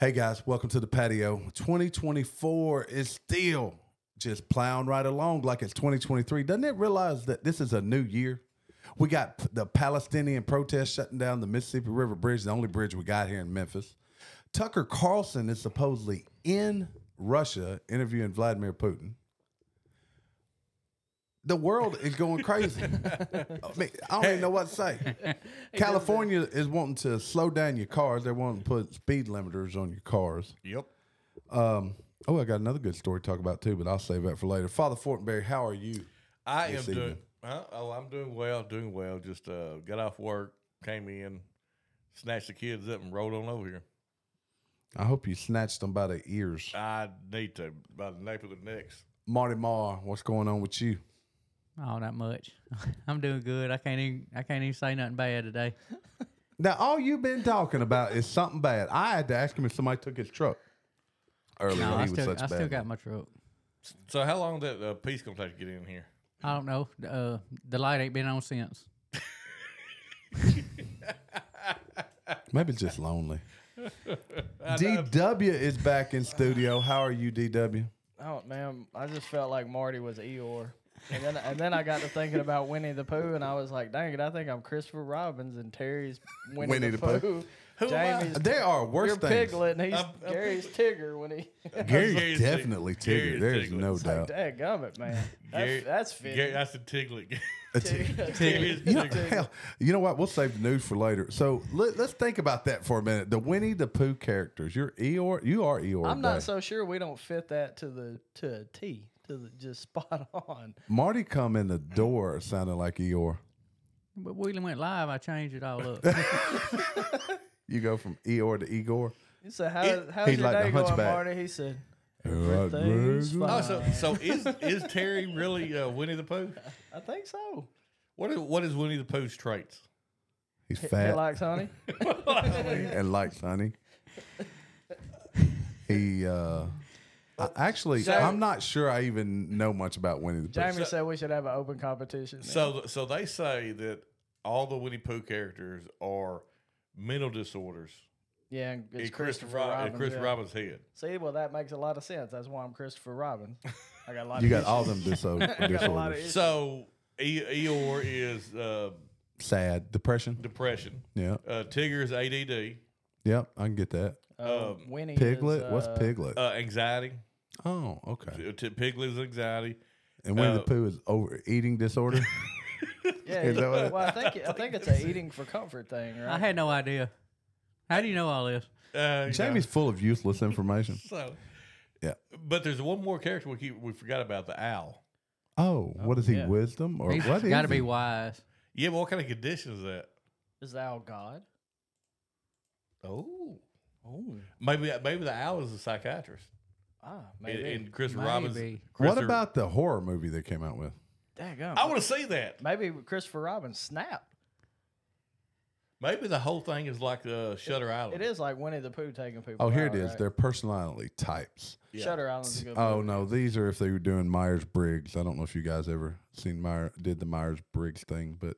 Hey guys, welcome to the patio. 2024 is still just plowing right along like it's 2023. Doesn't it realize that this is a new year? We got p- the Palestinian protest shutting down the Mississippi River Bridge, the only bridge we got here in Memphis. Tucker Carlson is supposedly in Russia interviewing Vladimir Putin. The world is going crazy. I, mean, I don't even know what to say. California is wanting to slow down your cars. They're wanting to put speed limiters on your cars. Yep. Oh, I got another good story to talk about too, but I'll save that for later. Father Fortenberry, how are you? I am This doing. evening. Huh? Oh, I'm doing well. Doing well. Just uh, got off work, came in, snatched the kids up, and rolled on over here. I hope you snatched them by the ears. I need to by the nape of the necks. Marty Marr, what's going on with you? Oh, not much. I'm doing good. I can't even I can't even say nothing bad today. Now, all you've been talking about is something bad. I had to ask him if somebody took his truck earlier. No, when I he was still such I bad. still got my truck. So how long did uh, peace gonna take to get in here? I don't know. The, Uh, the light ain't been on since. Maybe just lonely. DW is back in studio. How are you, DW? Oh man, I just felt like Marty was Eeyore. And then and then I got to thinking about Winnie the Pooh and I was like, dang it, I think I'm Christopher Robbins and Terry's Winnie, Winnie the, the Pooh. Pooh. Who am I? Jamie's There are worse you're things. Piglet and he's I'm- I'm Gary's Tigger when he Gary's Gary's definitely Tig- Gary Tigger. is There's Tigger. no It's doubt. Dang gummit, man. That's Gary- that's Gary, fitting. that's a tickling. Tigger. You know, hell, you know what? We'll save the news for later. So let, let's think about that for a minute. The Winnie the Pooh characters. You're Eeyore. You are Eeyore. I'm not today. so sure we don't fit that to the to a T, to the just spot on. Marty come in the door sounding like Eeyore. But Wheeling went live. I changed it all up. You go from Eeyore to Igor. So how how's He's your like the day going, hunchback. Marty? He said right, everything's Greg. fine. Oh, so so is is Terry really uh, Winnie the Pooh? I think so. What is what is Winnie the Pooh's traits? He's He fat likes honey. and likes honey. He uh, I, actually, So- I'm not sure I even know much about Winnie the Pooh. Jamie said we should have an open competition. then. So so they say that all the Winnie Pooh characters are mental disorders. Yeah, and it's in Christopher, Christopher Robin. Chris yeah. Robin's head. See, well, that makes a lot of sense. That's why I'm Christopher Robin. I got a lot. You of got issues. all them diso- I got a lot disorders. of issues. So E- Eeyore is uh, Sad, depression. depression. Yeah, Uh, Tigger is ADD. yep, I can get that. Um, Winnie is, Piglet. What's uh, Piglet? Uh, anxiety. oh, okay. T- T- Piglet is anxiety. And Winnie the Oh. Uh, Pooh is over eating disorder. Yeah, Is that what it- well, I think it- I think it's a eating for comfort thing, I right? had no idea. How do you know all this? Uh, you Jamie's full of useless information. know, so. Yeah. But there's one more character we keep, we forgot about the owl. Oh, what is he? yeah. Wisdom or He's what? got to is be he? wise. Yeah, but what kind of condition is that? Is thou God? Oh, Oh, maybe maybe the owl is a psychiatrist. ah, And, maybe. and Chris Robbins. Maybe. Chris What about the horror movie they came out with? Daggum. I want to see that. um, Maybe Christopher Robin snapped. Maybe the whole thing is like uh, Shutter Island. It is like Winnie the Pooh taking people. Oh, here out, it is. right? They're personality types. Yeah. Shutter Island's a good. Oh movie. no, these are if they were doing Myers Briggs. I don't know if you guys ever seen Myers did the Myers Briggs thing, but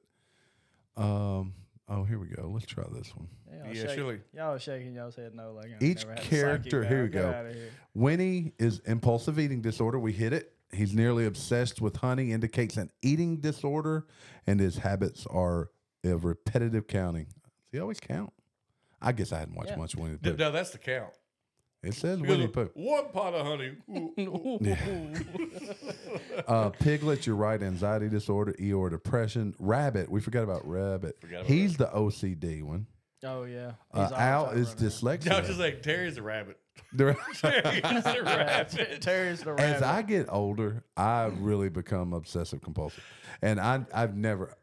um, oh here we go. Let's try this one. Y'all Yeah, shake- surely. Y'all are shaking y'all's head no like I've Each never had a character- psychic here we out. Get go. outta here. Winnie is impulsive eating disorder. We hit it. He's nearly obsessed with honey, indicates an eating disorder, and his habits are of repetitive counting. Does he always count? I guess I hadn't watched Yeah. much Winnie the D- Pooh. No, that's the count. It says Because Winnie the Pooh. One pot of honey. Ooh, ooh, Uh, Piglet, you're right. Anxiety disorder, Eeyore, depression. Rabbit, we forgot about Rabbit. Forgot about He's the OCD one. Oh yeah. Uh, He's all Al time is running around. Y'all just dyslexia. like Terry's a rabbit. The- Terry's a Ter- rabbit. Terry's the As rabbit. I get older, I really become obsessive compulsive, and I I've never.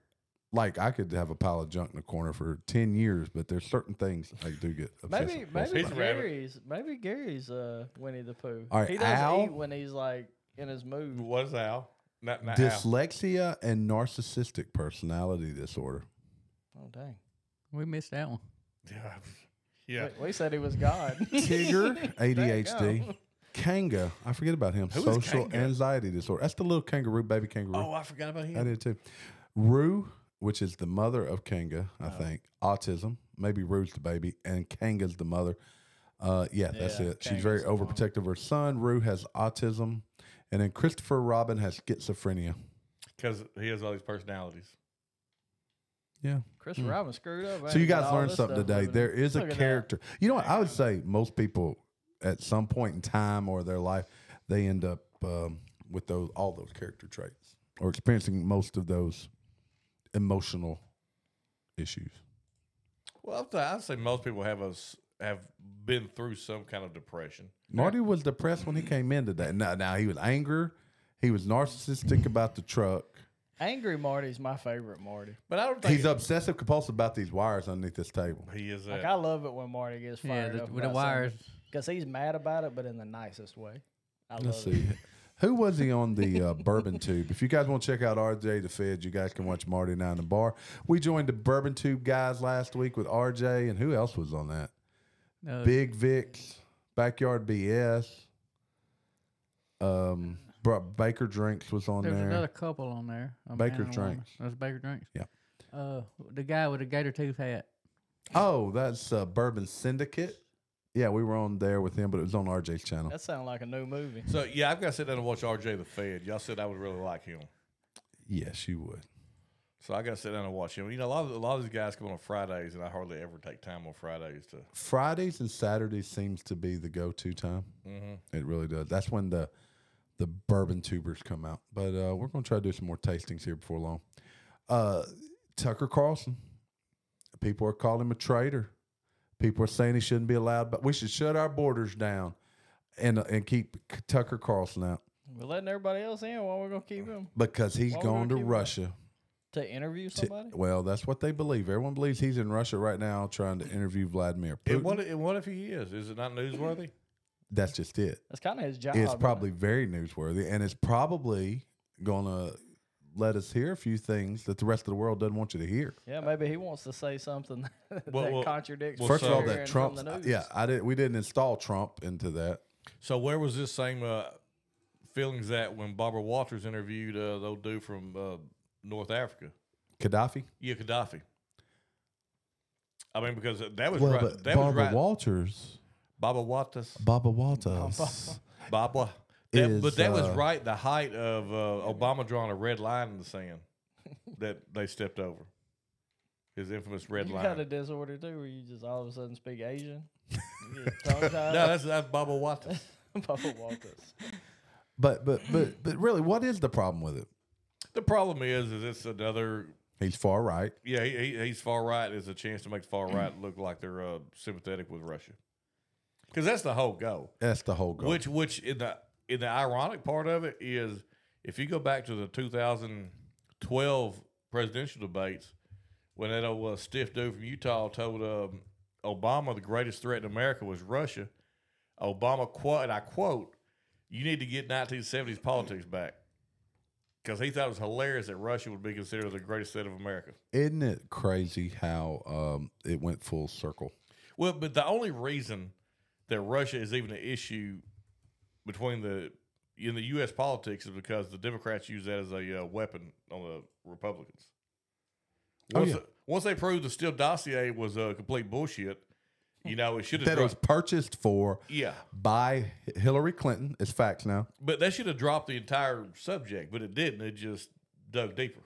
Like I could have a pile of junk in the corner for ten years, but there's certain things I do get obsessive. Maybe compulsive maybe He's a about. rabbit. Gary's maybe Gary's uh Winnie the Pooh. All right, he doesn't Al? eat when he's like in his mood. What is Al? Not, not Al. dyslexia and narcissistic personality disorder. Oh dang. We missed that one. Yeah. yeah. We, we said he was God. Tigger, go. ADHD, Kanga. I forget about him. Who is Social Kanga? anxiety disorder. That's the little kangaroo, baby kangaroo. Oh, I forgot about I him. did too. Rue, which is the Uh-huh. mother of Kanga, I think. Autism. Maybe Rue's the baby, and Kanga's the mother. Uh, yeah, that's Yeah, it. She's Kanga's very mom. overprotective. Her son Rue has autism, and then Christopher Robin has schizophrenia. because he has all these personalities. Yeah. Chris Robin screwed up. So you guys learned something today. There is a character. You know what? I would say most people at some point in time or their life, they end up um, with those all those character traits or experiencing most of those emotional issues. Well, I'd say- I'd say most people have us have been through some kind of depression. Marty was depressed when he came in today. Now, now he was angry. He was narcissistic about the truck. Angry Marty's my favorite Marty. But I don't think He's obsessive compulsive about these wires underneath this table. he is. Like uh, I love it when Marty gets Yeah, fired the, up with the wires. because he's mad about it, but in the nicest way. I love Let's it. see. Who was he on the uh, Bourbon Tube? If you guys want to check out RJ the Feds, you guys can watch Marty now in the bar. We joined the Bourbon Tube guys last week with RJ, and who else was on that? Uh, Big Vic's, Backyard BS, um, Bro- Baker Drinks was on There was there. another couple on there. a man Baker and a woman. Drinks. That was Baker Drinks. Yeah. Uh, the guy with the gator tooth hat. Oh, that's uh, Bourbon Syndicate. Yeah, we were on there with him, but it was on RJ's channel. That sounds like a new movie. so yeah, I've got to sit down and watch RJ the Fed. Y'all said I would really like him, Yes, you would. so I got to sit down and watch him. You know, a lot of a lot of these guys come on Fridays, and I hardly ever take time on Fridays to. Fridays and Saturdays seems to be the go-to time. Mhm. It really does. That's when the the bourbon tubers come out. But uh, we're gonna try to do some more tastings here before long. Uh, Tucker Carlson. People are calling him a traitor. People are saying he shouldn't be allowed, but we should shut our borders down and and keep K- Tucker Carlson out We're letting everybody else in. Why we're gonna Uh, keep him because he's Why we gone gonna to keep him out? Russia. to interview to- somebody? well, that's what they believe. Everyone believes he's in Russia right now trying to interview Vladimir Putin. And what? And what if he is? Is it not newsworthy? that's just it. That's kind of his Oh, job. It's isn't probably very newsworthy, and it's probably gonna let us hear a few things that the rest of the world doesn't want you to hear. it? Yeah, maybe he wants to say something that Well, well, contradicts. well, what First of all, you're that hearing from Trump, uh, the news. yeah, I did. We didn't install Trump into that. So where was this same uh, feelings at when Barbara Walters interviewed uh, the old dude from uh, North Africa? Gaddafi. Yeah, Gaddafi. I mean, because that was Well, right. but that Barbara was right. Walters, Baba Waters, Baba Walters. Baba. That, Is, but that was uh, right the height of uh, Obama drawing a red line in the sand that they stepped over. His infamous red you line. got a disorder too, where you just all of a sudden speak Asian. You get tongue-tied. no, that's that's Baba Waters. Bubba Walters. but but but but really, what is the problem with it? the problem is, is it's another. He's far right. Yeah, he, he, he's far right. It's a chance to make the far right look like they're uh, sympathetic with Russia, because that's the whole goal. That's the whole goal. Which which in the in the ironic part of it is if you go back to the 2012 presidential debates when that old uh, stiff dude from Utah told um, Obama the greatest threat in America was Russia, Obama quote and I quote, "You need to get 1970s politics back." Because he thought it was hilarious that Russia would be considered the greatest threat of America. Isn't it crazy how um, it went full circle? Well, but the only reason that Russia is even an issue between the in the U.S. politics is because the Democrats use that as a uh, weapon on the Republicans. Oh, Once, yeah. once they proved the Steele dossier was uh, complete bullshit, you know it should have That it was dropped. purchased for Yeah, by Hillary Clinton. It's facts now. but they should have dropped the entire subject, but it didn't. It just dug deeper.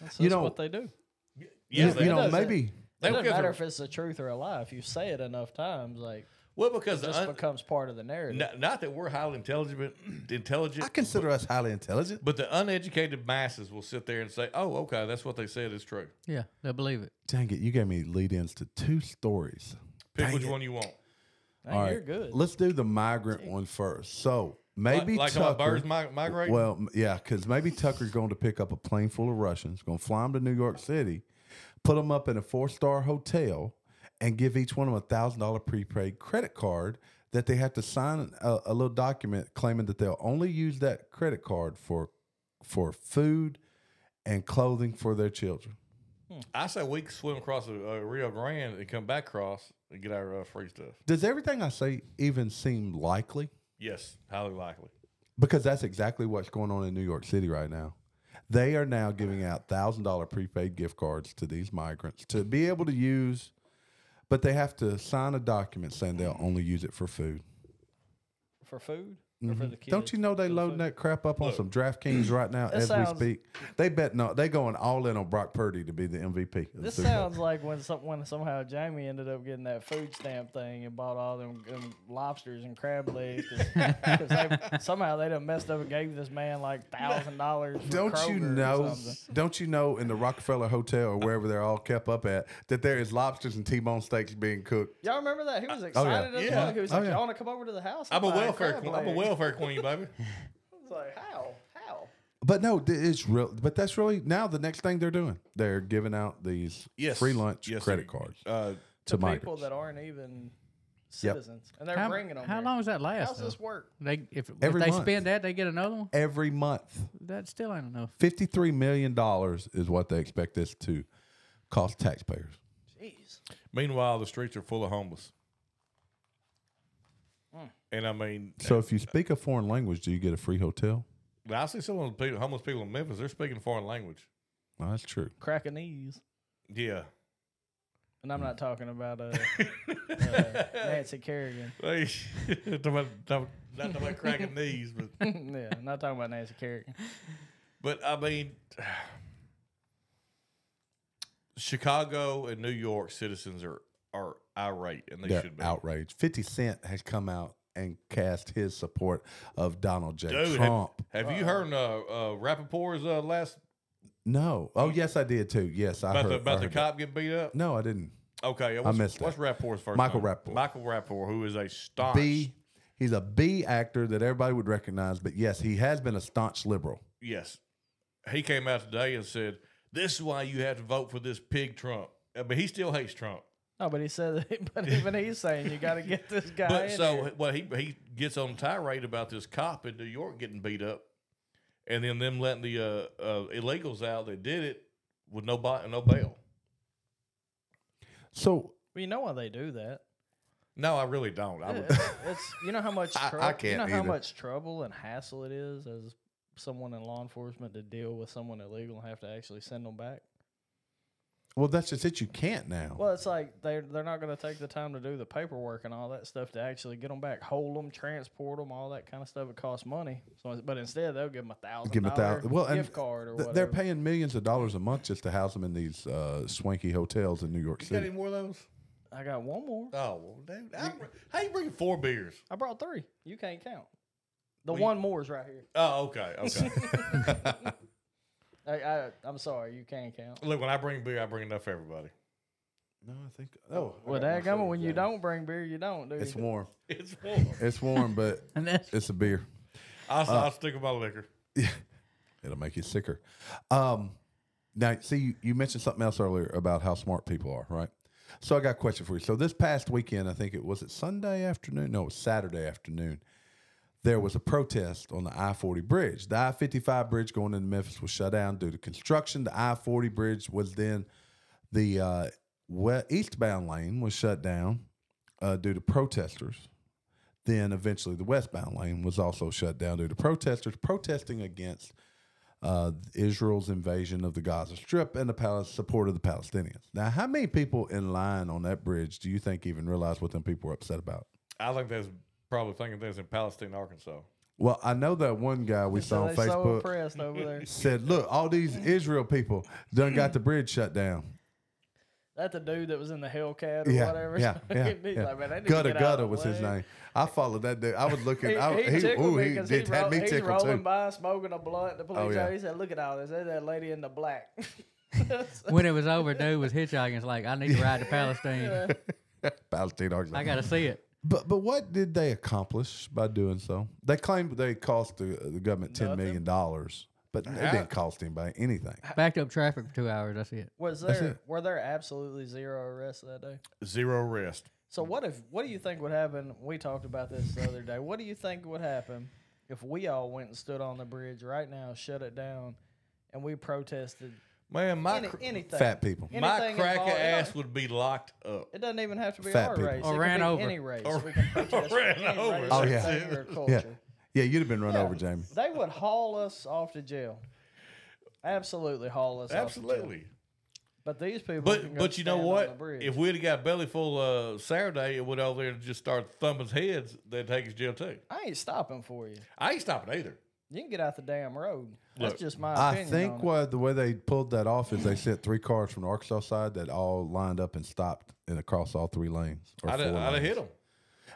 That's, You that's know- what they do. Yeah, you, they, you know, does it. maybe they don't It doesn't care matter if if it's the truth or a lie. If you say it enough times, like well because the it just un- becomes part of the narrative. not, not that we're highly intelligent, intelligent. I consider us highly intelligent. But the uneducated masses will sit there and say, "Oh, okay, that's what they said is true." Yeah, they believe it. Dang it, you gave me lead ins to two stories. Pick Dang which it. one you want. Dang, All You're right, good. Let's do the migrant one first. So maybe like like how Tucker. birds mi- migrate. well, m- yeah, because maybe Tucker's going to pick up a plane full of Russians, going to fly them to New York City, put them up in a four star hotel, and give each one of them a thousand dollar prepaid credit card that they have to sign a, a little document claiming that they'll only use that credit card for for food and clothing for their children. I say we can swim across the uh, Rio Grande and come back across and get our uh, free stuff. Does everything I say even seem likely? Yes, highly likely. Because that's exactly what's going on in New York City right now. They are now giving out thousand dollar prepaid gift cards to these migrants to be able to use but they have to sign a document saying they'll only use it for food. for food or for Mhm. the kids. Don't you know they for the loading food? that crap up on Look. some DraftKings right now This as sounds- we speak? They bet no, they going all in on Brock Purdy to be the MVP. of the This Super Bowl. sounds like when some, when somehow Jamie ended up getting that food stamp thing and bought all them, them lobsters and crab legs. Because they, somehow they done messed up and gave this man like thousand dollars. Don't you Kroger or know? something. Don't you know in the Rockefeller Hotel or wherever they're all kept up at that there is lobsters and T-bone steaks being cooked? Y'all remember that? He was excited as Yeah. fuck. He was Oh, like, yeah. "Y'all want to come over to the house?" and I'm a buy welfare. crab Queen, I'm a leg?" welfare queen, baby. I was like, "How? How?" But no, th- it's real. But that's really now the next thing they're doing. They're giving out these Yes, free lunch yes, credit sir. cards Uh, to To people migrants. that aren't even citizens, and they're How, bringing them. how here. long does that last? How's though? this work? They if, if Every they month. spend that, they get another one. every month. That still ain't enough. Fifty-three million dollars is what they expect this to cost taxpayers. Jeez. meanwhile, the streets are full of homeless. And I mean, So if you speak a foreign language, do you get a free hotel? I see some of the people, homeless people in Memphis. They're speaking foreign language. No, that's true. Cracking knees. Yeah, And I'm not talking about uh, uh, Nancy Kerrigan. Hey, talking about, talking- not talking about cracking knees, but yeah, I'm not talking about Nancy Kerrigan. But I mean, Chicago and New York citizens are are irate, and they They're should be. outraged. Fifty Cent has come out and cast his support of Donald J. Dude, Trump. Have you heard uh, uh, Rappaport's uh, last No. Oh, yes, I did too. Yes, I about heard the about I the heard cop getting beat up? that. No, I didn't. Okay, yeah, what's, missed What's that. Rappaport's first Michael name? Rappaport. Michael Rappaport, who is a staunch. B. He's a B actor that everybody would recognize, but yes, he has been a staunch liberal. Yes, he came out today and said, "This is why you have to vote for this pig Trump." Uh, But he still hates Trump. No, but he said, but even he's saying you got to get this guy. But in so here. well, he he gets on tirade about this cop in New York getting beat up, and then them letting the uh, uh, illegals out that did it with no bond, no bail. So Well, you know why they do that. No, I really don't. I would, It's, it's- you know how much I- I trou- you can't know how either. much trouble and hassle it is as someone in law enforcement to deal with someone illegal and have to actually send them back. well that's just it. You can't now. Well, it's like they're they're not going to take the time to do the paperwork and all that stuff to actually get them back, hold them, transport them, all that kind of stuff. It costs money. So, but instead they'll give them a thousand Give 'em a dollar thou- well, and gift card or Th- whatever. They're paying millions of dollars a month just to house them in these uh, swanky hotels in New York you got any City. more of those? I got one more. Oh, well, dude, I, how you bring four beers? I brought three. You can't count. The Well, you- one more is right here. Oh, okay, okay. I, I, I'm sorry, you can't count. Look, when I bring beer, I bring enough for everybody. No, I think. Oh, I Well, got my dadgummit, when shoes you on. don't bring beer, you don't, do It's you? warm. It's warm. It's warm, but And that's it's a beer. I'll, I'll stick with my liquor. It'll make you sicker. Um, now, see, you, you mentioned something else earlier about how smart people are, right? So I got a question for you. So this past weekend, I think it was it Sunday afternoon. No, it was Saturday afternoon. There was a protest on the I forty bridge. The I fifty five bridge going into Memphis was shut down due to construction. The I forty bridge was then the uh, we- eastbound lane was shut down uh, due to protesters. Then eventually the westbound lane was also shut down due to protesters protesting against uh, Israel's invasion of the Gaza Strip and the palace support of the Palestinians. Now, how many people in line on that bridge do you think even realize what them people were upset about? I think that's probably thinking that's in Palestine, Arkansas. Well, I know that one guy we saw So on they so Facebook impressed over there. said, "Look, all these Israel people done got the bridge shut down." That the dude that was in the Hellcat or yeah, whatever. yeah, yeah, He's yeah. like, "Man, I need to Gutter get out of Gutter the was his way." name. I followed that dude. I was looking. He, I, he tickled me ooh, because did- he had ro- me he's tickled rolling too. by smoking a blunt. The police, Oh, yeah. he said, "Look at all this. There's that lady in the black." when it was over. Dude was hitchhiking. It's like I need to ride to Palestine. Palestine, Arkansas. I gotta see it. But but what did they accomplish by doing so? They claimed they cost the, the government ten million dollars, but it Yeah. didn't cost anybody anything. Backed up traffic for two hours. That's it. was That's there it. were there absolutely zero arrests that day? Zero arrest. So what if what do you think would happen? We talked about this the other day. What do you think would happen if we all went and stood on the bridge right now, shut it down, and we protested Man, my any, cr- anything? Fat people. my anything cracker involved- it ass don't- would be locked up. It doesn't even have to be Fat our people. race. Or it ran could be over. Any race. Or- we can protest or ran any over. Race, Oh, or yeah. thing Or Yeah, culture. yeah, you'd have been run Yeah. over, Jamie. They would haul us off to jail. Absolutely haul us off to jail. Absolutely. But these people. can But go but you know stand on what? the bridge. If we'd have got belly full uh, Saturday and went over there and just started thumping heads, they'd take us to jail too. I ain't stopping for you. I ain't stopping either. You can get out the damn road. Look, That's just my I opinion. think on it. what the way they pulled that off is they sent three cars from the Arkansas side that all lined up and stopped and across all three lanes. Or I'd, four I'd have lanes. hit them.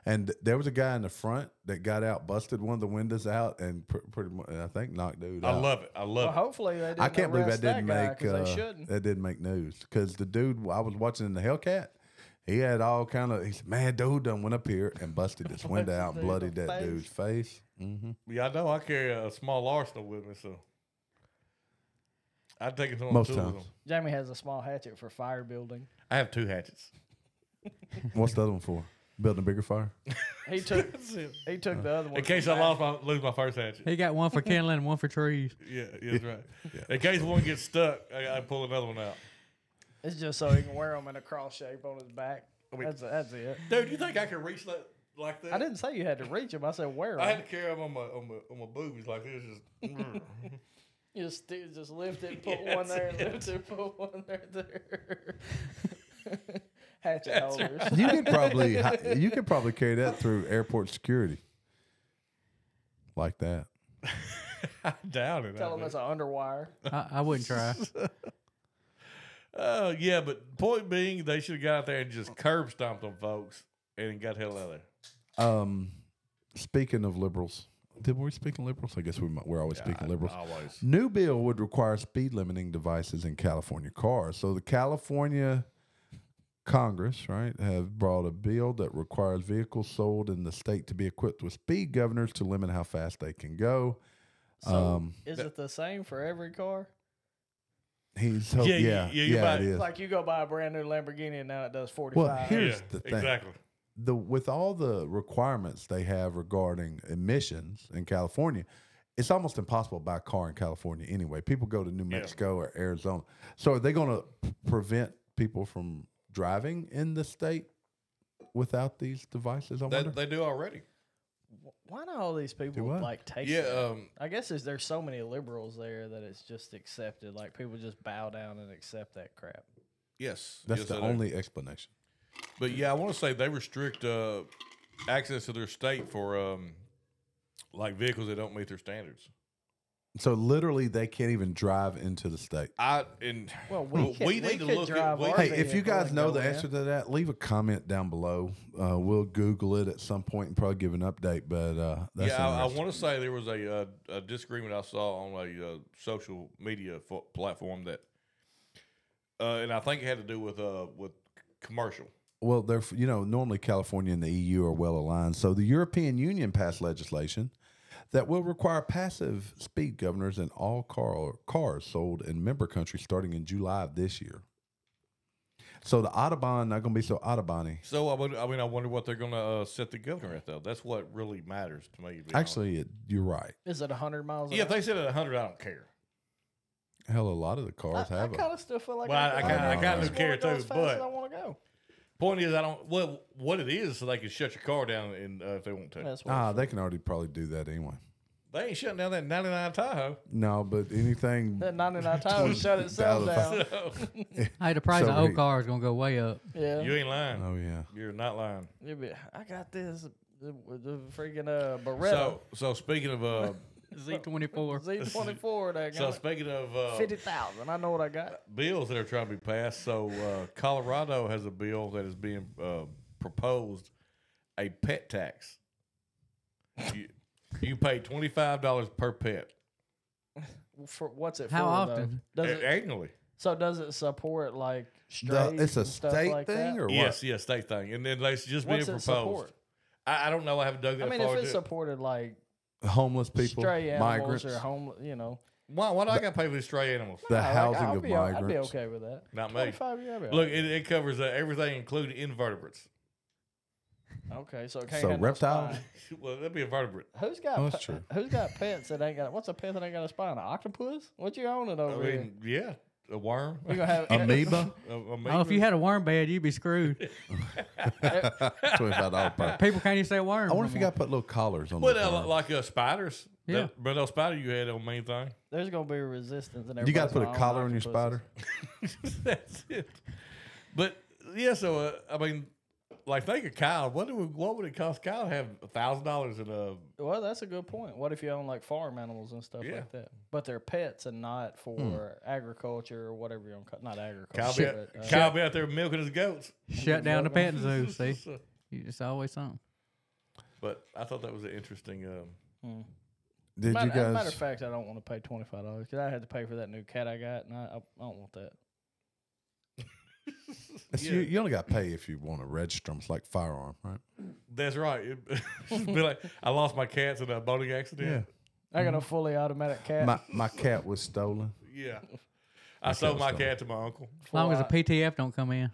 And th- there was a guy in the front that got out, busted one of the windows out, and pr- pretty much I think knocked dude. I out. love it. I love Well, it. hopefully they didn't I can't believe arrest that didn't guy, make 'cause uh, they shouldn't. that didn't make news because the dude I was watching in the Hellcat, he had all kind of he said, "Man, dude, done went up here and busted this window out and bloodied Busted that dude in the dude's face." Mm-hmm. Yeah, I know. I carry a small arsenal with me, so I'd take it on Most two of times. them. Jamie has a small hatchet for fire building. I have two hatchets. What's the other one for? Building a bigger fire. He took That's it. he took the other one. In for case I back- lost my lose my first hatchet. He got one for kindling and one for trees. Yeah, yeah, that's right. Yeah. In case one gets stuck, I, I pull another one out. It's just so he can wear them in a cross shape on his back. mean- That's that's it. Dude, you think I can reach that like that? I didn't say you had to reach him. I said wear I had them. to carry them on my on my on my boobies like this. Just mm, You just st- just lift it, put one there, and lift it, put one there, there. hatchet holders. You could probably hi- you could probably carry that through airport security, like that. I doubt it. Tell I him do. it's an underwire. I, I wouldn't try. Uh, yeah, but point being, they should have got out there and just curb stomped on folks and got the hell out of there. Um, speaking of liberals, did we speak of liberals? I guess we might, we're always speaking liberals. Ah, Always. New bill would require speed limiting devices in California cars. So the California Congress, right, have brought a bill that requires vehicles sold in the state to be equipped with speed governors to limit how fast they can go. So Um, is that- it the same for every car? He's hope, Yeah, yeah, you- yeah, yeah, you buy- it is. Like you go buy a brand new Lamborghini and now it does forty five. Well, here- Here's the thing. Exactly. the with all the requirements they have regarding emissions in California, it's almost impossible to buy a car in California anyway. People go to New Yeah. Mexico or Arizona. So are they going to prevent people from driving in the state without these devices? I wonder. That, they do already. Why do all these people what? like take? Yeah. that? Um, I guess is there's so many liberals there that it's just accepted. Like people just bow down and accept that crap. yes. That's yes, the they do. only explanation. But yeah, I want to say they restrict uh, access to their state for um, like vehicles that don't meet their standards. So literally, they can't even drive into the state. I and Well, we, can, we, need to could look at. drive We, our Hey, RV if you and go guys and know go the in. answer to that, leave a comment down below. Uh, we'll Google it at some point and probably give an update. But uh, that's yeah, I, I interesting. want to say there was a, uh, a disagreement I saw on a uh, social media fo- platform that, uh, and I think it had to do with uh, with c- commercial. Well, they're you know normally California and the EU are well aligned. So the European Union passed legislation that will require passive speed governors in all car cars sold in member countries starting in July of this year. So the Autobahn not going to be so Autobahny. So I, would, I mean, I wonder what they're going to uh, set the governor at though. That's what really matters to me. to be honest. Actually, it, you're right. Is it 100 miles? yeah, if an hour? they set it at hundred, I don't care. Hell, a lot of the cars I, I have a kind of still feel like Well, I- I I, kinda- I I kinda just care wanna go too, as fast as but- I want to go. Point is, I don't. Well, what it is, so they can shut your car down and, uh, if they want to. That's what Ah, they can already probably do that anyway. They ain't shutting down that ninety nine Tahoe. No, but anything that 99 times shut itself down. Hey, the price So of old he- cars gonna go way up. Yeah, you ain't lying. Oh yeah. You're not lying. You'll be, I got this. The, the freaking uh, Beretta So, so speaking of, uh, Z twenty four. Z24. That so got speaking of uh, 50,000. I know what I got. bills that are trying to be passed. So uh, Colorado has a bill that is being uh, proposed a pet tax. You, you pay twenty five dollars per pet For what's it How for? though? often? Does a- it annually. So does it support like The- strays it's a and stuff state like thing that? or what? Yes, yes, state thing, and then it's just being What's proposed. it support? I, I don't know. I haven't dug that I mean, far. if it's into it. supported like Homeless people, stray animals migrants, or homeless, you know, why, why do I got to pay for these stray animals? the I like- housing I'll of be o- I'd be migrants. okay with that. Not me. 25 year, I'd be all Look, it, it covers uh, everything, including invertebrates. right. okay, so it can't So have no reptiles? spine. well, that'd be a vertebrate. Who's got Oh, that's pe- true. who's got pets that ain't got? What's a pet that ain't got a spine? An octopus? What you owning I over here? mean, yeah. a worm? We're gonna have Amoeba. A- a Oh, if amoeba? you had a worm bed, you'd be screwed. Twenty five dollar per. People can't even say worm. I wonder if no you got more. to put little collars on. Well, those uh, worms. like uh, spiders. Yeah. That- but those spider you had on main thing. There's gonna be resistance and you got to put a collar on your spider. That's it. But yeah, so uh, I mean, like think of Kyle. What do we, what would it cost Kyle to have a thousand dollars in a? Well, that's a good point. What if you own like farm animals and stuff Yeah. like that, but they're pets and not for Hmm. agriculture or whatever you're on, not Kyle, agriculture. be out, but, uh, Kyle be out there milking his goats. Shut down the pet zoo. See, So- you just always something. but I thought that was an interesting. Um, hmm. Did matter, you guys? matter of fact, I don't want to pay twenty five dollars because I had to pay for that new cat I got, and I, I, I don't want that. it's- you, you only got to pay if you want to register them. It's like firearm, right? that's right. It, it's been like I lost my cats in a boating accident. I got a fully automatic cat. Mm-hmm. My my cat was stolen. Yeah. I sold was my stolen. cat to my uncle. As long as the Full PTF don't come in.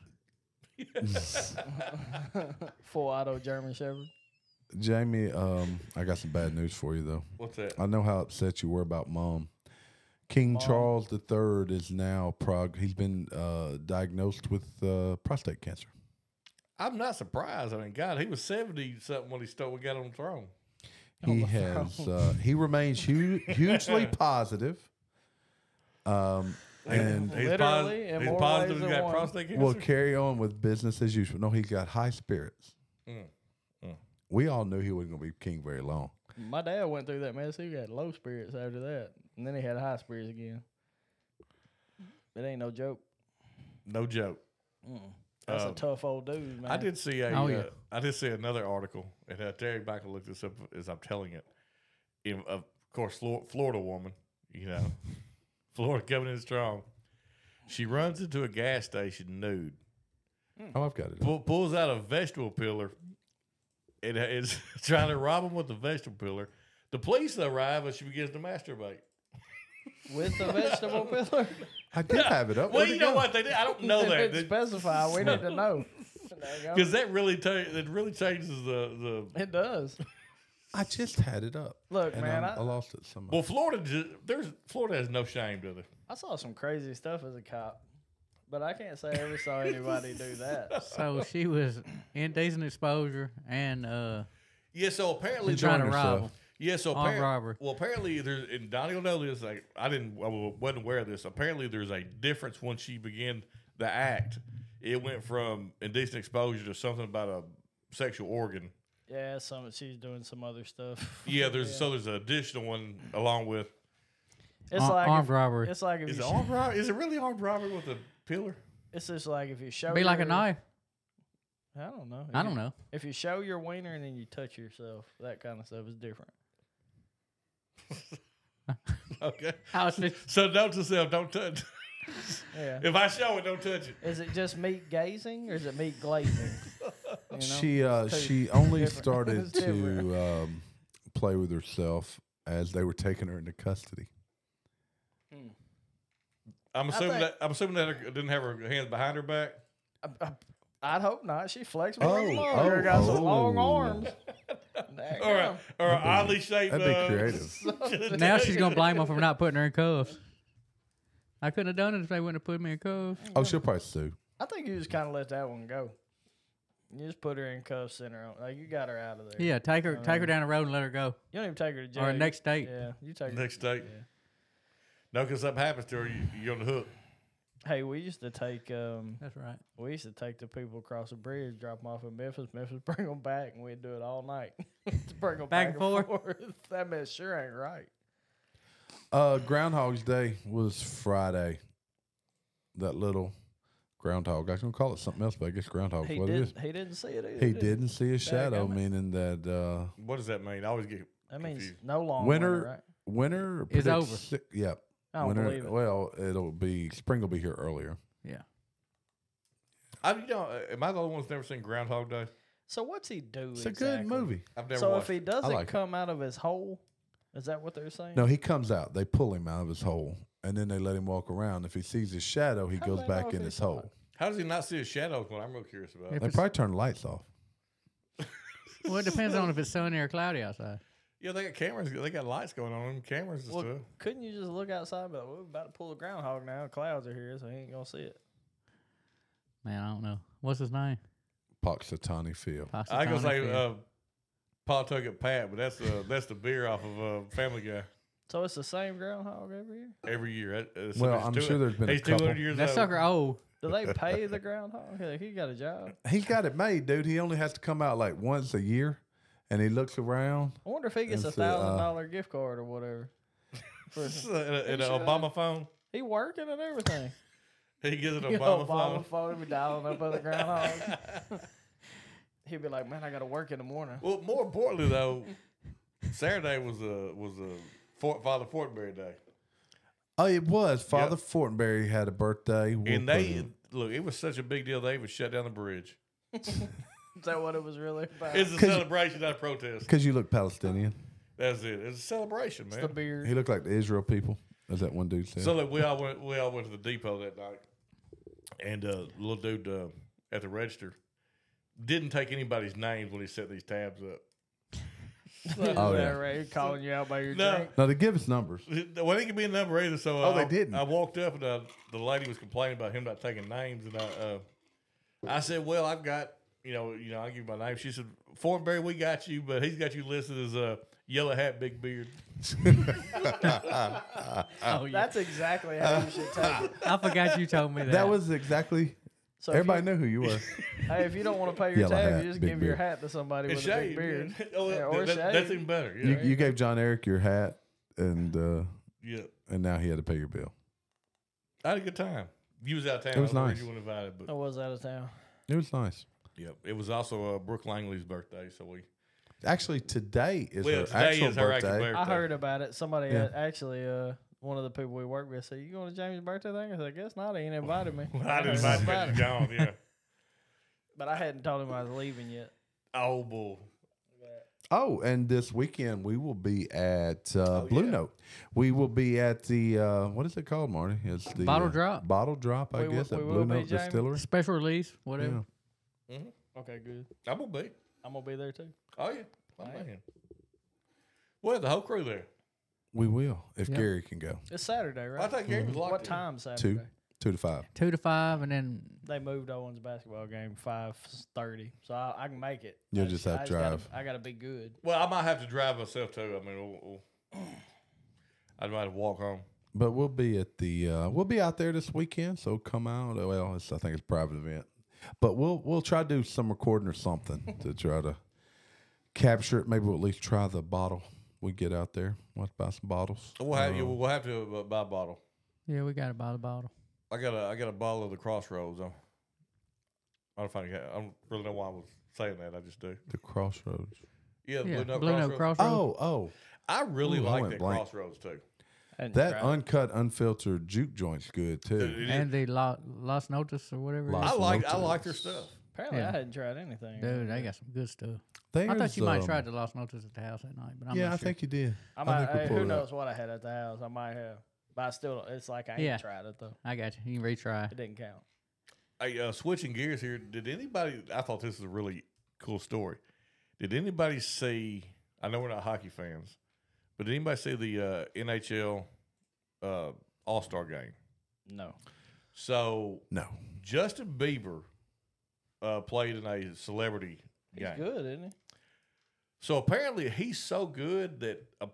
au- full auto German Shepherd. Jamie, um, I got some bad news for you though. What's that? I know how upset you were about mom. King Charles III is now prog. He's been uh, diagnosed with uh, prostate cancer. I'm not surprised. I mean, God, he was seventy something when he started. We got on the throne. Oh, He has. Uh, he remains hu- hugely positive. Um, and He's Literally, positive. in he's more positive. ways He's than got one. prostate cancer. will carry on with business as usual. No, he's got high spirits. Mm, mm. We all knew he wasn't going to be king very long. My dad went through that mess. He got low spirits after that, and then he had high spirits again. It ain't no joke. no joke. Mm-mm. Mm. That's Um, a tough old dude, man. I did see a. Oh, uh, yeah. I did see another article, and uh, Terry Michael looked this up as I'm telling it. In, of course, Flor- Florida woman, you know, Florida coming in strong. She runs into a gas station nude, Mm. Oh, I've got it. pull, pulls out a vegetable peeler, and uh, is trying to rob him with the vegetable peeler. The police arrive, and she begins to masturbate. with the vegetable pillar. I did have it up. Well, Where'd you it know go? what they did? I don't know If that. it They- specify, we need to know. There you go. Because that really ta- that really changes the the It does. I just had it up. Look, and um, man, I'm- I- I, lost it somehow. well Florida ju- there's Florida has no shame do they? I saw some crazy stuff as a cop, but I can't say I ever saw anybody do that. So she was indecent exposure and uh, Yeah, so apparently trying to Enjoying rob him. herself. yeah, so Armed appar- robbery. Well, apparently there's and Donnie will know this. Like I didn't I wa- wasn't aware of this. Apparently there's a difference when she began the act. It went from indecent exposure to something about a sexual organ. Yeah, some she's doing some other stuff. Yeah, there's so there's an additional one along with It's Ar- like armed if, robbery. It's like if is you it sh- armed robbery? Is it really armed robbery with a pillar? it's just like if you show be like a your- knife. I don't know. If I you- don't know. If you show your wiener and then you touch yourself, that kind of stuff is different. Okay, I was just, so note to self, don't touch. Yeah. If I show it, don't touch it. Is it just meat gazing or is it meat glazing? You know? She uh, Two. she only Different. started It's different. to um, play with herself as they were taking her into custody. I'm assuming think- that I'm assuming that her didn't have her hands behind her back. I, I, I'd hope not. She flexible. as Oh, fuck. Her oh, got some oh. long arms. All right, or an oddly shaped. That'd be uh, creative. now she's gonna blame him for not putting her in cuffs. I couldn't have done it if they wouldn't have put me in cuffs. Oh, she'll probably sue. I think you just kind of let that one go. You just put her in cuffs and her own. Like you got her out of there. Yeah, take her, take her down the road and let her go. You don't even take her to jail. Or You- next date. Yeah. You take her. Next date. No, because something happens to her, you, you're on the hook. Hey, we used to take um, That's right. we used to take the people across the bridge, drop them off in Memphis. Memphis bring them back, and we'd do it all night. bring them Back back, and and forth. that mess sure ain't right. Uh, Groundhog's Day was Friday. That little groundhog. I was gonna call it something else, but I guess groundhog is He what it is. didn't. He didn't see it either. He did didn't see a shadow, damn it. meaning that uh, What does that mean? I always get. That means Confused. no long winter. winter right? winter It's predicts over. si- yep. I don't winter, believe it. Well, it'll be spring. Will be here earlier. Yeah. I you know. uh, Am I the only one that's never seen Groundhog Day? So what's he do? It's a good exactly? movie. I've never. so watched if he it. doesn't like it. come out of his hole, is that what they're saying? No, he comes out. They pull him out of his hole, and then they let him walk around. If he sees his shadow, he How do goes they know back if in he his saw hole. it? how does he not see his shadow? Is What I'm real curious about. If They it's- probably turn the lights off. Well, it depends on if it's sunny or cloudy outside. Yeah, they got cameras. They got lights going on them, cameras and Well, stuff. couldn't you just look outside? But we're about to pull a groundhog now. Clouds are here, so he ain't gonna see it. Man, I don't know. What's his name? Poxitani Phil. I Positano gonna say Field. uh, Paul Tuckett Pat, but that's the that's the beer off of uh, Family Guy So it's the same groundhog every year. every year. That- that's- Well, it's I'm two- sure there's been a he's 200 couple. years that old. sucker old. Do they pay the groundhog? He- He got a job. He's got it made, dude. He only has to come out like once a year, and he looks around. I wonder if he gets a That's it, uh, thousand dollar gift card or whatever. For- It's a- an He should. Obama phone. he working and everything. He gives an You know, Obama, phone. Obama phone be dialing up other groundhog. He'd be like, "Man, I got to work in the morning." Well, more importantly though, Saturday was a was a Fort, Father Fortenberry Day, Oh, it was Father Fortenberry had a birthday, and they look. It was such a big deal. They even shut down the bridge. Is that what it was really about? It's a 'Cause- celebration, not a protest. because you look Palestinian. That's it. It's a celebration, It's the man. beard. He looked like the Israel people, as that one dude said. So like, we all went we all went to the depot that night, and uh, little dude uh, at the register didn't take anybody's names when he set these tabs up. Oh, oh, yeah. yeah. right. He calling you out by your No. drink. now they give us numbers. Well, they could be a number either. So Oh, I, they didn't. I walked up and uh the lady was complaining about him not taking names, and I uh, I said, "Well, I've got you know you know I give you my name." She said, "Fortenberry, we got you, but he's got you listed as a yellow hat, big beard." Oh, yeah. That's exactly how you should take it. I forgot you told me that. That was exactly. So if Everybody you- knew who you were. Hey, if you don't want to pay your Yellow tab, hat, you just big give your beard. hat to somebody And with a big shaved, beard. yeah. Oh, Yeah, or that- that's shaved. even better. Yeah, you, you gave John Eric your hat, and uh, yeah. and now he had to pay your bill. I had a good time. You was out of town. It was I don't nice. think You weren't invited, but I was out of town. It was nice. yeah, it was also uh, Brooke Langley's birthday, so we Actually, today is well her today actual is her birthday. actual birthday. I heard about it. Somebody Yeah. had- actually, uh, one of the people we work with said, "You going to Jamie's birthday thing?" I said, "I guess not. He ain't invited me." Well, I heard didn't invite you, but about it. you're gone. Yeah. but I hadn't told him I was leaving yet. Oh boy. Oh, and this weekend we will be at uh, Blue Oh, yeah. Note. We will be at the uh, what is it called, Marty? It's the Bottle uh, Drop. Bottle drop, I We will- guess, we at will Blue be, Note Jamie. Distillery. special release, whatever. Yeah. Okay, good. I'm gonna be. I'm gonna be there too. Oh yeah. I'm man. Well, the whole crew there. We will if Yep. Gary can go. It's Saturday, I right? think Gary was locked What in. time Saturday? Two, two to five. Two to five, and then They moved Owen's basketball game five thirty, so I, I can make it. You'll I just have to I gotta- drive. I gotta be good. Well, I might have to drive myself too. I mean, we'll, we'll, I might have to walk home. But we'll be at the uh, we'll be out there this weekend. So come out. Oh, Well, it's, I think it's a private event, but we'll we'll try to do some recording or something to try to capture it. Maybe we'll at least try the bottle. We get out there. We'll have to buy some bottles. Oh. We'll have Uh, you. We'll have to uh, buy a bottle. yeah, we got to buy the bottle. I got a I got a bottle of the Crossroads. I'm, I don't find it, I don't really know why I was saying that. I just do. the crossroads. Yeah, the yeah, Blue Note Blue Crossroads. Note Crossroads. Oh, oh. I really Ooh, I like went that blank. Crossroads too. And That uncut, unfiltered juke joint's good It- too. it and the La- Las Notas or whatever. it Las- I Awesome like I notes. like their stuff. apparently yeah. I hadn't tried anything. is. Dude, they got some good stuff. There's, I thought you might have um, tried the Las Notas at the house that night, but I'm yeah, not I sure. think you did. I I might, think we hey, pulled who it knows what I had at the house? I might have, but I still, don't- it's like I ain't Yeah. tried it though. I got you. You can retry. It didn't count. Hey, uh, switching gears here. Did anybody? I thought this was a really cool story. Did anybody see? I know we're not hockey fans, but did anybody see the uh, NHL uh, All Star game? No. So No. Justin Bieber uh, played in a celebrity He's game. good, isn't he? So apparently he's so good that uh,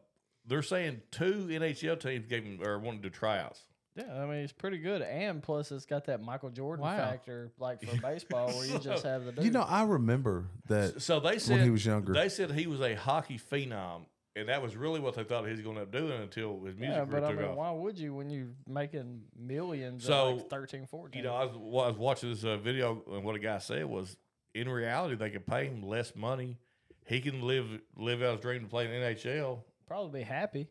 they're saying two NHL teams gave him or wanted to tryouts. Yeah, I mean he's pretty good, and plus it's got that Michael Jordan Wow. factor, like for baseball, where you just have the dude. You know, I remember that So they said when he was younger. They said he was a hockey phenom, and that was really what they thought he was going to do until his music yeah, career but I took mean, off. why would you when you're making millions? So, at like 13, 14? You know, I was, wa- I was watching this uh, video, and what a guy said was, in reality, they could pay him less money. He can live live out his dream to play in NHL, probably be happy.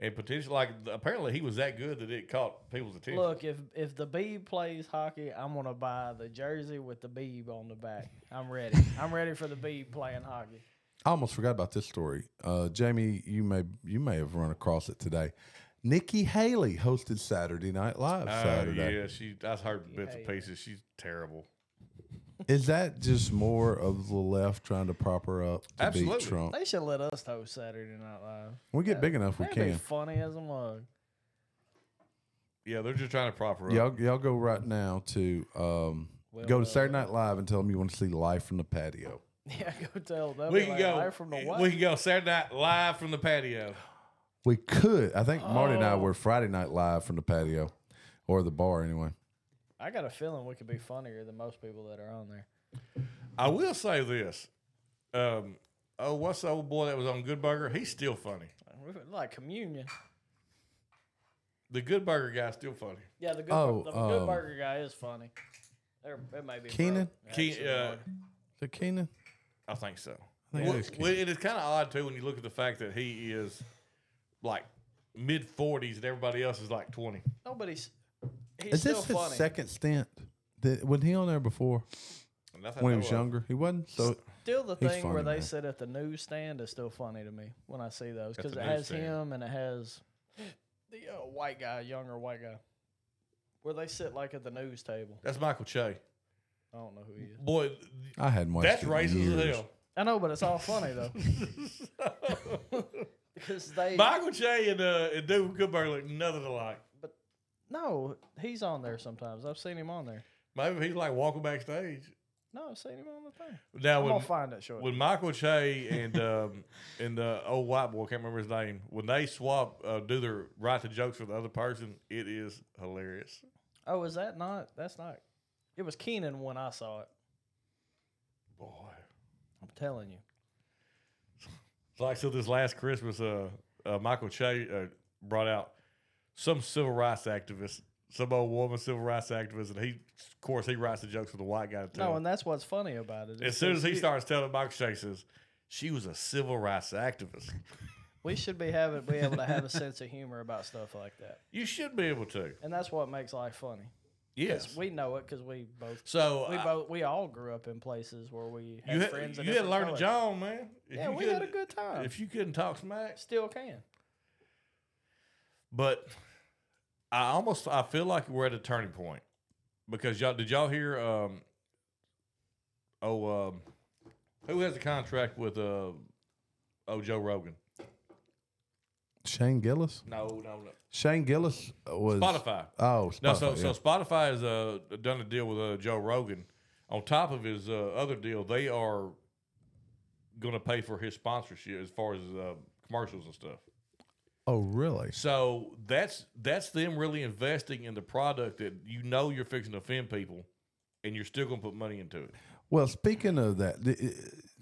and potentially, like apparently, he was that good that it caught people's attention. Look, if if the Beeb plays hockey, I'm gonna buy the jersey with the Beeb on the back. I'm ready. I'm ready for the Beeb playing hockey. I almost forgot about this story. Uh, Jamie, you may you may have run across it today. Nikki Haley hosted Saturday Night Live Uh, Saturday. yeah, she. I heard bits Yeah, and yeah. pieces. She's terrible. Is that just more of the left trying to prop her up to Absolutely. beat Trump? They should let us host Saturday Night Live. When we get big enough, we That'd be can. funny as a mug. Yeah, they're just trying to prop her up. Y'all, y'all go right now to um, Well, go uh, to Saturday Night Live and tell them you want to see live from the patio. Yeah, go tell them. We can go. Live from the what? We can go Saturday night live from the patio. We could. I think Marty and I Oh. were Friday Night Live from the patio or the bar anyway. I got a feeling we could be funnier than most people that are on there. I will say this. Um, oh, what's the old boy that was on Good Burger? He's still funny. We're Like communion. The Good Burger guy's still funny. Yeah, the good, Oh, the good um, burger guy is funny. There, it may be Keenan? Bro- Ke- actually uh, one. The Keenan? I think so. think it Well, is Keith. well, it is kind of odd too when you look at the fact that he is like mid forties and everybody else is like twenty. nobody's. He's Is still this his funny. second stint? Did, wasn't he on there before And that's how when he that was younger? He wasn't. So Still, the He's thing funny, where they man. said at the newsstand is still funny to me when I see those At because the it has newsstand. him and it has the uh, white guy, younger white guy, where they sit like at the news table. That's Michael Che. I don't know who he is. Boy, I hadn't watched. that's it in racist as years. hell. I know, but it's all funny though because they. Michael Che and uh, and David Goodberg look nothing alike. No, he's on there sometimes. I've seen him on there. Maybe he's like walking backstage. No, I've seen him on the thing. Now I'm when gonna find it short. when Michael Che and um, and the old white boy, I can't remember his name, when they swap uh, do their write the jokes for the other person, it is hilarious. Oh, is that not? That's not. It was Keenan when I saw it. Boy. I'm telling you. It's like so this last Christmas, uh, uh, Michael Che uh, brought out some civil rights activist, some old woman civil rights activist, and he, of course, he writes the jokes for the white guy too. No, and that's what's funny about it. as It's soon as he just- starts telling Michael Che, he says she was a civil rights activist. we should be having be able to have a sense of humor about stuff like that, You should be able to. and that's what makes life funny. 'Cause Yes. we know it because we both So we I- both we all grew up in places where we had you had, friends. of you had different learned colors. to John, man. If Yeah, you we had a couldn't- good time. If you couldn't talk smack, Still can. but I almost I feel like we're at a turning point because y'all did y'all hear um oh um who has a contract with uh oh Joe Rogan? Shane Gillis. No, no, no. Shane Gillis was Spotify. Oh, Spotify, No, so yeah. so Spotify has uh, done a deal with uh, Joe Rogan. On top of his uh, other deal, they are going to pay for his sponsorship as far as uh, commercials and stuff. oh really? So that's that's them really investing in the product that you know you're fixing to offend people, and you're still gonna put money into it. Well, speaking of that, the, uh,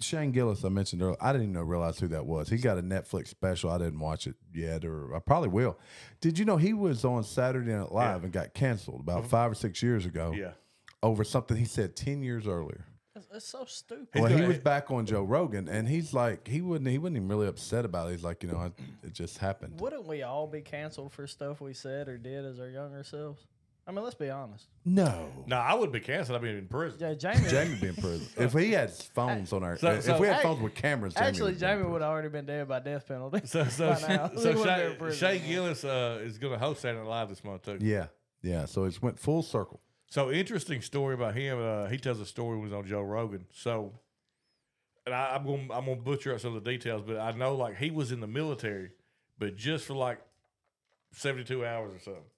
Shane Gillis, I mentioned earlier, I didn't even realize who that was. He got a Netflix special. I didn't watch it yet, or I probably will. Did you know he was on Saturday Night Live and got canceled about five or six years ago Mm-hmm. Yeah, over something he said 10 years earlier? It's, it's so stupid. He's well, he gonna- was back on Joe Rogan, and he's like, he wouldn't, he wasn't even really upset about it. He's like, you know, I, it just happened. Wouldn't we all be canceled for stuff we said or did as our younger selves? I mean, let's be honest. No, now I would be canceled. I'd be in prison. Yeah, Jamie. Jamie be in prison. If he had phones on our, So- if so- we had Hey, phones with cameras, Jamie actually, would be in Jamie prison. would have already been dead by death penalty. So so By now. so, He wouldn't be in Shay, prison Shay anymore. Gillis uh, is gonna host Saturday Night Live this month too. Yeah, yeah. So it's went full circle. So interesting story about him. Uh, he tells a story when he was on Joe Rogan. So, and I, I'm gonna I'm gonna butcher up some of the details, but I know like he was in the military, but just for like seventy two hours or something.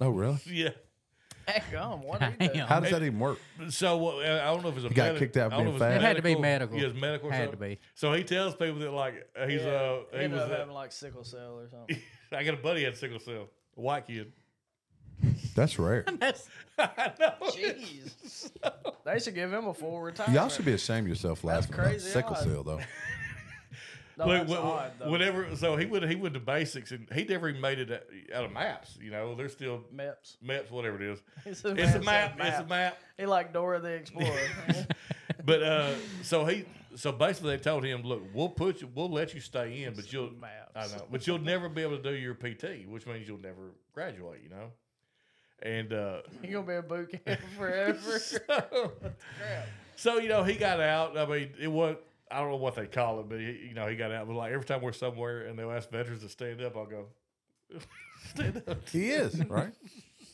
Oh, really? Yeah. Heck, um, what are you doing? Damn. How does that even work? So uh, I don't know if it's a He got kicked out I don't being know if fat. it's It had to be Yeah, medical. it's medical. or Had to something. be. So he tells people that like uh, he's Yeah, uh he ended was up uh, having like sickle cell or something. I got a buddy had sickle cell, a white kid. That's rare. I know. Jeez, they should give him a full retirement. Y'all should be ashamed of yourself That's laughing about crazy sickle odd. cell, though. No, Look, Oh, that's wh- wh- odd, though. whatever. So he went he went to basics and he never even made it out- out of maps. You know, they're still Meps. maps, whatever it is. It's a It's a map. It's a map. He like Dora the Explorer. But uh, so he so basically they told him, look, we'll put you, we'll let you stay in, but you'll I Maps. know, but you'll never be able to do your PT, which means you'll never graduate. You know, and uh, You're gonna be a boot camp forever. so, so you know he got out. I mean, it was I don't know what they call it, but he, you know he got out. But like every time we're somewhere and they'll ask veterans to stand up, I'll go stand up. He is, right?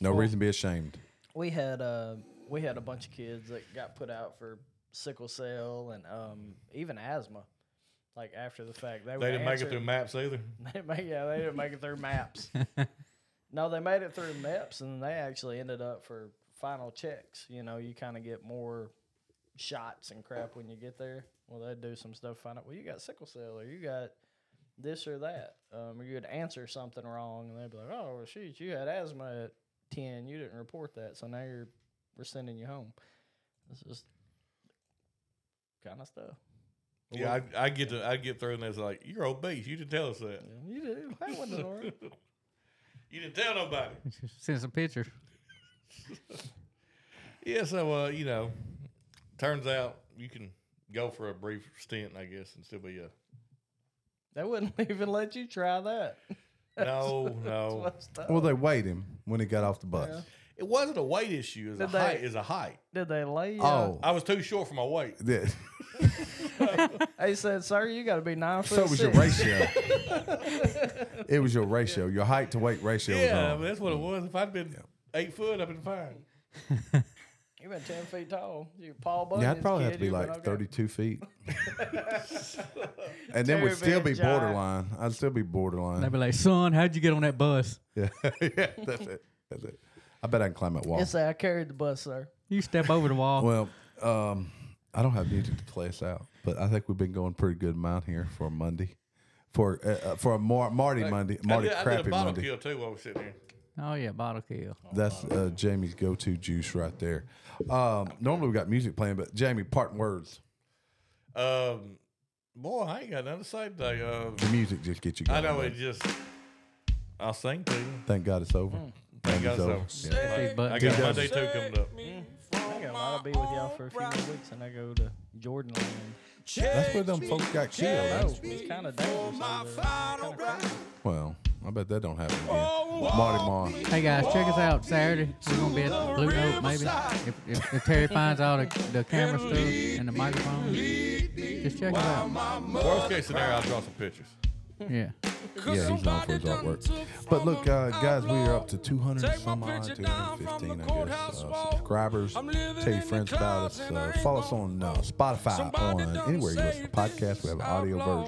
No reason to be ashamed. we had uh, we had a bunch of kids that got put out for sickle cell and um, even asthma. Like after the fact, they, would They didn't make answer- it through maps either. They make, yeah, they didn't make it through maps. no, they made it through maps, and they actually ended up for final checks. You know, you kind of get more shots and crap when you get there. Well, they'd do some stuff, find out, well, you got sickle cell, or you got this or that. Um, or you'd answer something wrong, and they'd be like, oh, well, shoot, you had asthma at 10, you didn't report that, so now you're, we're sending you home. It's just kind of stuff. Yeah, I, I get to I get through and it's like you're obese. You didn't tell us that. You do. That wasn't hard. You didn't tell nobody. Send some pictures. Yeah, so uh, you know, turns out you can go for a brief stint, I guess, and still be a They wouldn't even let you try that. no, no. What's that? Well, they weighed him when he got off the bus. It wasn't a weight issue. It's a Did they- height. Is a height. Did they lay you? Oh, I was too short for my weight. yeah. They said, sir, you got to be nine foot so it was your six." ratio. it was your ratio, your height to weight ratio. Yeah, I mean, was that's what it was. If I'd been eight foot, I'd been fine. You've been 10 feet tall. You Paul on. Bunyan. yeah, I'd probably kid, have to be you've been like okay. 32 feet. and then we'd Too still be big, John. borderline. I'd still be They'd borderline. be like, son, how'd you get on that bus? Yeah. yeah, that's it. That's it. I bet I can climb that wall. Yes, sir, I carried the bus, sir. You step over the wall. Well, um, I don't have music to play us out, but I think we've been going pretty good amount here for Monday, for uh, uh, for a Mar- Marty Monday, Marty I did, I did a Crappy bottle Monday. kill too while we were sitting here. Oh yeah, bottle kill. That's uh, Jamie's go-to juice right there. Um, normally we got music playing, but Jamie, parting words. Um, boy, I ain't got nothing to say today. Um, The music just gets you I going. know man. it just. I'll sing to you. Thank God it's over. Mm. Thank God it's so. Yeah. These buttons. I got Monday two coming up. I think I'll be with y'all for a few weeks and I go to Jordan Land. That's where them folks got killed. Oh, it's kind of dangerous. over there. Well, I bet that don't happen again. Marty Mar. Hey guys, check us out Saturday. We're gonna be at the Blue Note maybe. If, if, if Terry finds all the, the camera stuff and the microphones, just check us out. Worst case scenario, I'll draw some pictures. Yeah. Yeah, he's known for his artwork. But look, uh, guys, we are up to 200 and some odd, 215, I guess, uh, subscribers. Tell your friends about us. Uh, follow us on uh, Spotify, on anywhere you listen to podcasts. We have an audio version.